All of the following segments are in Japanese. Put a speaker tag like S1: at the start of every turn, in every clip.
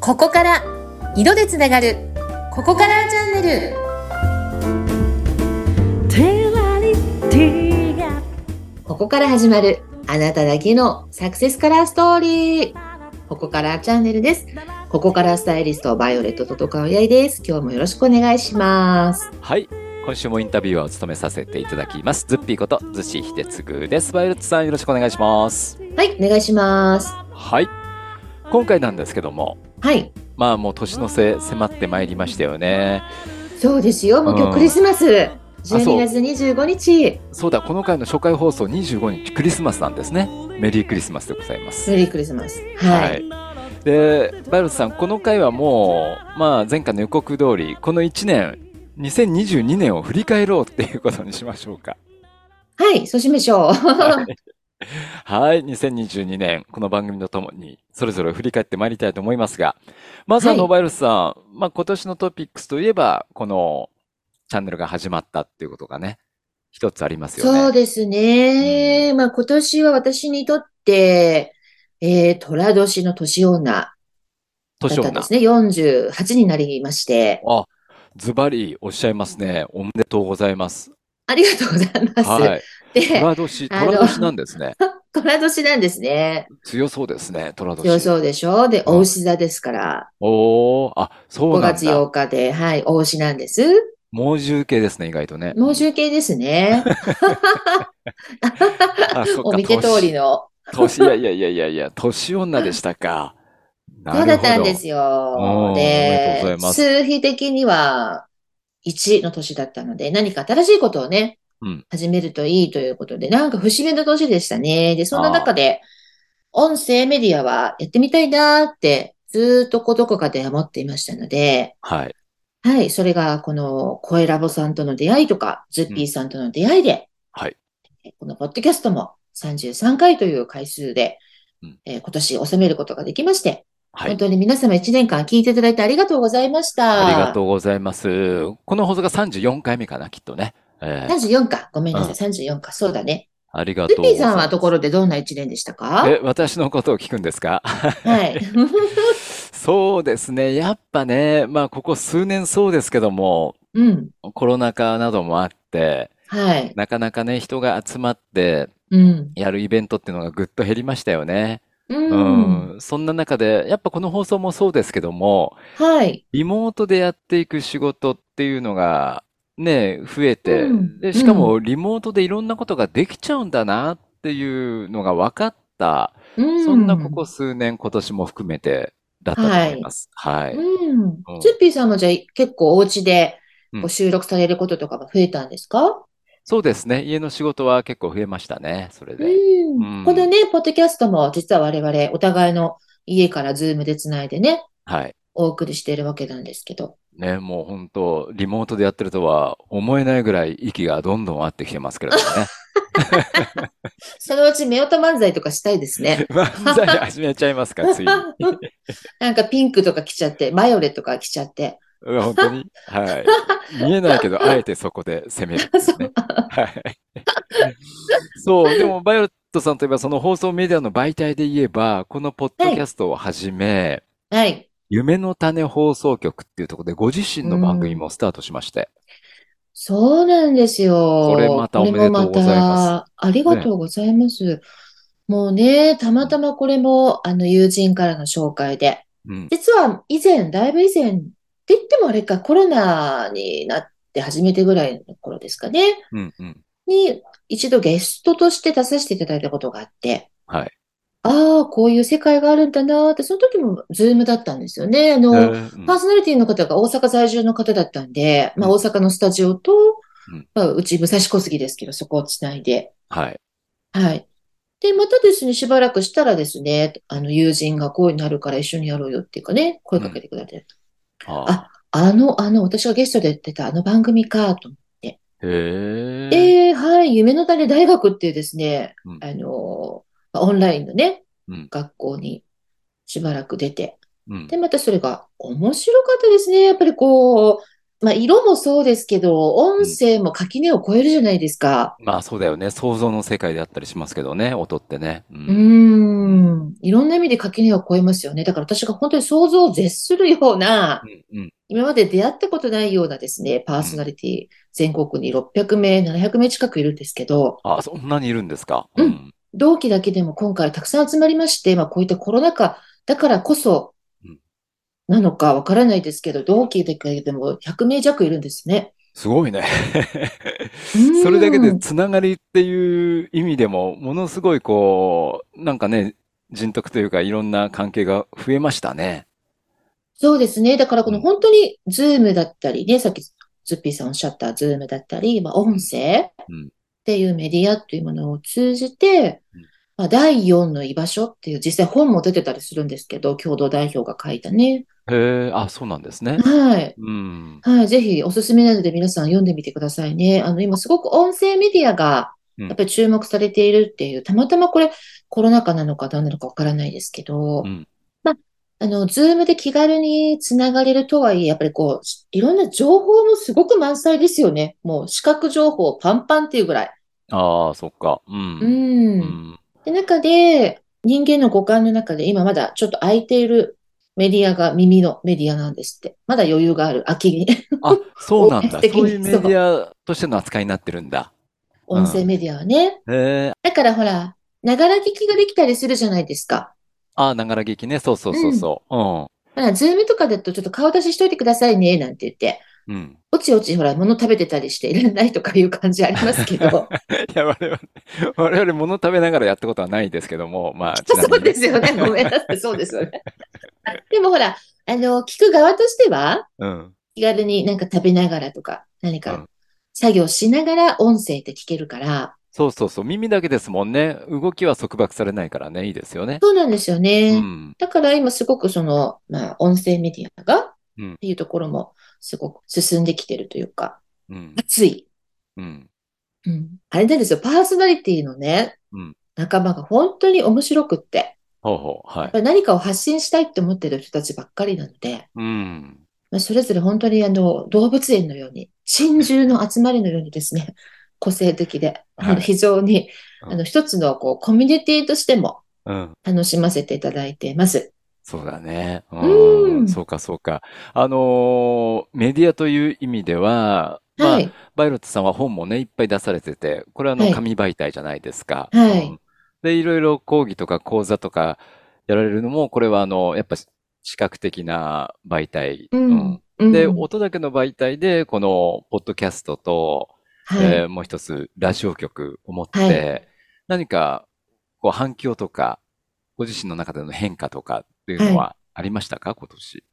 S1: ここから色でつながるここからチャンネル
S2: テラリティが
S1: ここから始まるあなただけのサクセスカラーストーリーここからチャンネルですここからスタイリストバイオレットととかおやいです今日もよろしくお願いします
S3: はい今週もインタビューを務めさせていただきますズッピーことズシヒデツグですバイオレットさんよろしくお願いします
S1: はいお願いします
S3: はい今回なんですけども
S1: はい
S3: まあもう年の瀬迫ってまいりましたよね
S1: そうですよもう今日
S3: うん
S1: クリスマス12
S3: そう
S1: 月25日
S3: そうだこの回の初回放送25日クリスマスなんですねメリークリスマスでございます
S1: メリークリスマスはい、
S3: はい、でバイオレットさんこの回はもう、まあ、前回の予告通りこの1年2022年を振り返ろうっていうことにしましょうか
S1: はい、そうしましょう
S3: はい、2022年、この番組とともに、それぞれ振り返ってまいりたいと思いますが、まずあ
S1: は
S3: の、
S1: い
S3: バイロスさん、まあ、今年のトピックスといえば、このチャンネルが始まったっていうことがね、一つありますよ
S1: そう
S3: ね。
S1: ですね。まあ今年は私にとって、えー、寅年の年女だっ
S3: 年
S1: たん
S3: 女
S1: ですね。48になりまして。
S3: あ、ズバリおっしゃいますね。おめでとうございます。
S1: ありがとうございます。
S3: はい。
S1: で、
S3: 虎年、
S1: あの
S3: 虎年なんですね。
S1: 寅年なんですね。
S3: 強そうですね、虎
S1: そう
S3: 年。
S1: そうでしょで、
S3: うん
S1: お牛座ですから、
S3: おー、あ、そう
S1: 5
S3: なん
S1: 月
S3: だ。
S1: 8日で、はい、お牛なんです。
S3: 猛獣系ですね、意外とね。
S1: 猛獣系ですね。
S3: あ、 そっ
S1: お
S3: か
S1: 見て通りの。
S3: 年、いやいやいやいやいや、年女でしたか。な
S1: そうだ
S3: る
S1: っ
S3: ほ
S1: たん
S3: ど。
S1: ですよ
S3: う。
S1: で
S3: んおめでとうござい、ます
S1: 数比的には1の年だったので、何か新しいことをね
S3: うん、
S1: 始めるといいということで、なんか節目の年でしたね。で、そんな中で、音声メディアはやってみたいなーって、ずーっとこうどこかで思っていましたので、
S3: はい。
S1: はい、それがこの声ラボさんとの出会いとか、ズッピーさんとの出会いで、
S3: はい。
S1: えーこのポッドキャストも33回という回数で
S3: うん、
S1: えー今年収めることができまして、
S3: は
S1: 本
S3: い。
S1: 当に皆様1年間聞いていただいてありがとうございました。
S3: ありがとうございます。この放送が34回目かな、きっとね。え ー、
S1: 34か。ごめんなさい。34か。そうだね。
S3: ありが
S1: ル
S3: とうござい
S1: ピー
S3: ます。
S1: さんはところでどんな1年でしたか
S3: え、私のことを聞くんです か
S1: はい。
S3: そうですね。やっぱね、まあ、ここ数年そうですけども、
S1: うん。
S3: コロナ禍などもあって、
S1: はい。
S3: なかなかね、人が集まって
S1: うん。
S3: やるイベントっていうのがぐっと減りましたよね。
S1: う。
S3: うんん。そんな中で、やっぱこの放送もそうですけども、
S1: はい。
S3: リモートでやっていく仕事っていうのがね、増えて、
S1: うん
S3: で、しかもリモートでいろんなことができちゃうんだなっていうのが分かった、
S1: うん。
S3: そんなここ数年、今年も含めてだったと思います。はい。
S1: うん。ツッピーさんもじゃあ結構お家で
S3: うん
S1: こう収録されることとかが増えたんですか
S3: そうですね。家の仕事は結構増えましたね、それ
S1: う。
S3: で。うんん
S1: このね、ポッドキャストも実は我々お互いの家からズームでつないでね、
S3: はい。
S1: お送りしているわけなんですけど。
S3: ね、もう本当、リモートでやってるとは思えないぐらい息がどんどん合ってきてますけれども ね。
S1: そのうち夫婦漫才とかしたいですね。
S3: 漫才始めちゃいますか、ついに。
S1: なんかピンクとか着ちゃって、マヨレとか着ちゃって。
S3: うわ本当にはい。見えない けど、あえてそこで攻めるっていうね。はい。 そう、でも、バイオレットさんといえば、その放送メディアの媒体で言えば、このポッドキャストをはじめ、
S1: はい。
S3: 夢の種放送局っていうところで、ご自身の番組もスタートしまして。
S1: そうなんですよ。
S3: これまたおめでとうございます
S1: これもまたありがとうございます。もうね、たまたまこれも、あの、友人からの紹介で。
S3: うん。
S1: 実は以前、だいぶ以前、って言ってもあれか、コロナになって初めてぐらいの頃ですかね。
S3: うん、うん。
S1: に、一度ゲストとして出させていただいたことがあって。
S3: はい。
S1: ああ、こういう世界があるんだなーって、その時もズームだったんですよね。あの、
S3: えーうん
S1: パーソナリティの方が大阪在住の方だったんで、まあ、
S3: うん
S1: 大阪のスタジオと、
S3: うん
S1: まあ、うち武蔵小杉ですけど、そこをつないで。
S3: はい。
S1: はい。で、またですね、しばらくしたらですね、あの、友人がこういうのあるから一緒にやろうよっていうかね、声かけてくれて、あ
S3: あ
S1: あの、あの、私がゲストで言ってたあの番組か、と。
S3: へえ。
S1: で、はい、夢の種大学っていうですね、
S3: うん
S1: あの、まあオンラインのね
S3: うん、
S1: 学校にしばらく出て、
S3: うん
S1: で、またそれが面白かったですね。やっぱりこう、まあ、色もそうですけど、音声も垣根を越えるじゃないですか。
S3: まあ、そうだよね。想像の世界であったりしますけどね、音ってね。う
S1: うー
S3: ん。
S1: ん。うん。いろんな意味で垣根を越えますよね。だから私が本当に想像を絶するような、
S3: うんうん
S1: 今まで出会ったことないようなですね、パーソナリティ、全国に600名、700名近くいるんですけど、
S3: あ、そんなにいるんですか。
S1: うん同期だけでも今回たくさん集まりまして、まあこういったコロナ禍だからこそ
S3: うん、
S1: なのかわからないですけど、同期だけでも100名弱いるんですね。
S3: すごいね。
S1: うん
S3: それだけでつながりっていう意味でも、ものすごいこう、なんかね、人徳というかいろんな関係が増えましたね。
S1: そうですね。だからこ
S3: う
S1: の
S3: ん
S1: 本当にズームだったりね、さっきズッピーさんおっしゃったズームだったり、まあ、音声
S3: うん
S1: っていうメディアっていうものを通じて
S3: うん、
S1: まあ、第4の居場所っていう実際本も出てたりするんですけど、共同代表が書いたね。
S3: へえ、あ、そうなんですね。
S1: はい。
S3: うん。
S1: はい。ぜひおすすめなので皆さん読んでみてくださいね。あの、今すごく音声メディアが
S3: うん
S1: やっぱり注目されているっていう、たまたまこれコロナ禍なのか何なのかわからないですけど、
S3: うん
S1: あの、ズームで気軽につながれるとはいえ、やっぱりこう、いろんな情報もすごく満載ですよね。もう視覚情報パンパンっていうぐらい。
S3: ああ、そっか。う。
S1: うん。
S3: うんん。
S1: で、中で、人間の五感の中で今まだちょっと空いているメディアが耳のメディアなんですって。まだ余裕がある、空きに。
S3: あ、そうなんだ。
S1: 応援的に
S3: そういうメディアとしての扱いになってるんだ。
S1: 音声メディアはね。
S3: へえ。
S1: だからほら、ながら聞きができたりするじゃないですか。
S3: あ、ながら聞きね。そうそうそうそ
S1: ほら、ズームとかだとちょっと顔出ししといてくださいね、なんて言って。
S3: う。うん。うん。
S1: おちおちほら、物食べてたりしていらないとかいう感じありますけ ど。
S3: いや、我々、我々物食べながらやったことはないですけども、まあ、ちなみ
S1: そう
S3: にね
S1: ですよね。ごめんなさい。そうですよね。 でもほら、あの、聞く側としては、
S3: うん。
S1: 気軽になんか食べながらとか、何
S3: う
S1: か
S3: ん
S1: 作業しながら音声って聞けるから、
S3: そうそうそう。耳だけですもんね。動きは束縛されないからね。いいですよね。
S1: そうなんですよ
S3: う
S1: ね。
S3: ん。
S1: だから今すごくその、まあ、音声メディアが、
S3: うん
S1: っていうところもすごく進んできてるというか、
S3: うん。
S1: 熱い。
S3: うん。
S1: うん。あれなんですよ、パーソナリティのね
S3: うん、
S1: 仲間が本当に面白くって、
S3: ほうほう。は
S1: やっ
S3: い。
S1: ぱり何かを発信したいって思ってる人たちばっかりなので、
S3: うん。
S1: まあ、それぞれ本当にあの動物園のように、珍獣の集まりのようにですね、 個性的で、
S3: はい
S1: あの非常に、
S3: うん
S1: あの一つのこうコミュニティとしても
S3: うん。
S1: 楽しませていただいています。
S3: そうだね。う
S1: うん
S3: ん。そうか、そうか。あのーメディアという意味では、まあ
S1: は、い。
S3: バイオレットさんは本もね、いっぱい出されてて、これはあの
S1: はい
S3: 紙媒体じゃないですか。
S1: はい
S3: うんで、いろいろ講義とか講座とかやられるのも、これはあの、やっぱし視覚的な媒体。
S1: う
S3: うんん。
S1: うん
S3: で、音だけの媒体で、この、ポッドキャストと、
S1: はい。
S3: えーもう一つ、ラジオ局を持って、
S1: はい
S3: 何か、こう、反響とか、ご自身の中での変化とかっていうのはありましたか、今年。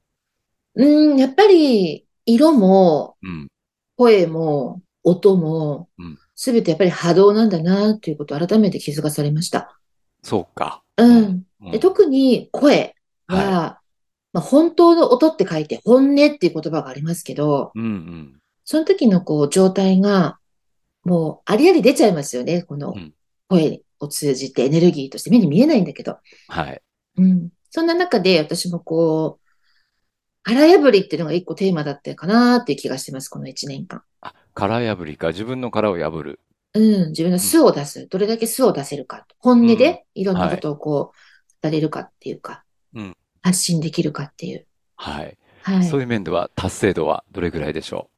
S1: うん、やっぱり色も
S3: うん。
S1: 声も音も
S3: うん
S1: すべてやっぱり波動なんだなということを改めて気づかされました。
S3: そうか。
S1: うん。
S3: うん
S1: で、特に声
S3: は
S1: は、まあ、本当の音って書いて本音っていう言葉がありますけど、
S3: い。うんうん。
S1: その時のこう状態が、もうありあり出ちゃいますよね。この
S3: うん
S1: 声を通じてエネルギーとして目に見えないんだけど。
S3: はい。
S1: うん。そんな中で私もこう、腹破りっていうのが一個テーマだったかなっていう気がしてます。この一年間。
S3: あ、殻破りか、自分の殻を破る。
S1: うん。自分の素を出す。どれだけ素を出せるか。本音
S3: うん
S1: でいろんなことをこう、語れるかっていうか
S3: うん、
S1: 発信できるかっていう。
S3: はい。
S1: はい。
S3: そういう面では達成度はどれぐらいでしょ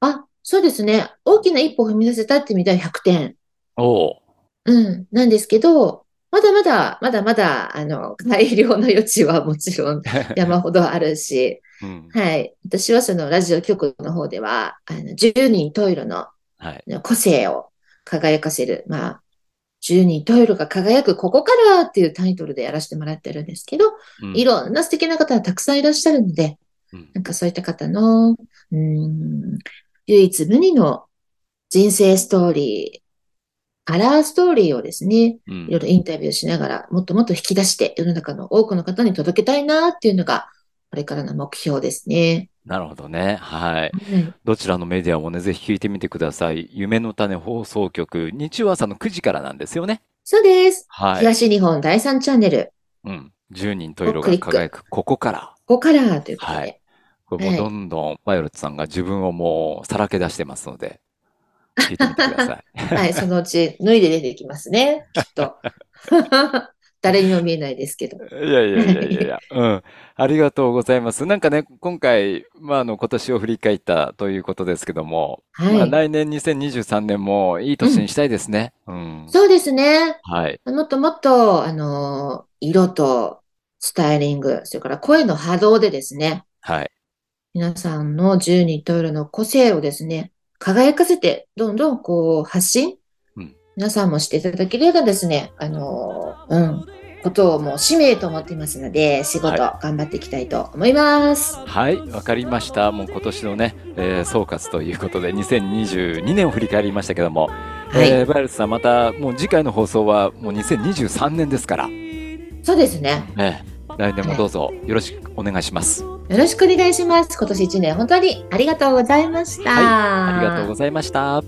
S1: あ、そうですね。大きな一歩を踏み出せたって意味では100点。
S3: うお お。
S1: うん、なんですけど、まだまだ、まだまだ、あの、改良の余地はもちろ ん山ほどあるし、
S3: うん。
S1: はい。私はそのラジオ局の方では、あの、10人十色のあ
S3: はい。
S1: の個性を輝かせる、まあ、10人十色が輝くここからっていうタイトルでやらせてもらってるんですけど、
S3: うん
S1: いろんな素敵な方がたくさんいらっしゃるので、
S3: うん
S1: なんかそういった方の、うーん、唯一無二の人生ストーリー、カラーストーリーをですね、
S3: うん
S1: いろいろインタビューしながら、もっともっと引き出して、世の中の多くの方に届けたいなっていうのが、これからの目標ですね。
S3: なるほどね。はい。
S1: はい。
S3: どちらのメディアもね、ぜひ聞いてみてください。夢の種放送局、日曜朝の9時からなんですよね。
S1: そうです。
S3: はい。
S1: 東日本第3チャンネル、
S3: うん。10人十色
S1: ク
S3: が
S1: リック
S3: 輝く、ここから。
S1: ここからということ
S3: は
S1: で
S3: い。これもう
S1: はい
S3: どんどん、バイオレットさんが自分をもうさらけ出してます ので、 聞いてみてください。
S1: はい、そのうち脱いで出てきますね、きっと。 誰にも見えないですけど。
S3: いやいやいやいやいや、うん。ありがとうございます。なんかね、今回、まあ、あの、今年を振り返ったということですけども、まあ、
S1: はい。
S3: 来年2023年もいい年にしたいですね。うん。
S1: そうですね。
S3: はい。
S1: もっともっと、あのー色とスタイリング、それから声の波動でですね、
S3: はい。
S1: 皆さんの十人十色の個性をですね、輝かせて、どんどんこう発信、
S3: うん
S1: 皆さんもしていただけるようなですね、あのーうん、ことをもう使命と思っていますので、仕事
S3: は
S1: 頑張っていきたいと思います。
S3: はい。わかりました。もう今年のね、えー総括ということで、2022年を振り返りましたけども、
S1: はい。
S3: えーバイルスさん、また、もう次回の放送は、もう2023年ですから、
S1: そうですね。
S3: ね、来年もどうぞよろしくお願いします。
S1: よろしくお願いします。今年一年本当にありがとうございました。
S3: ありがとうございました。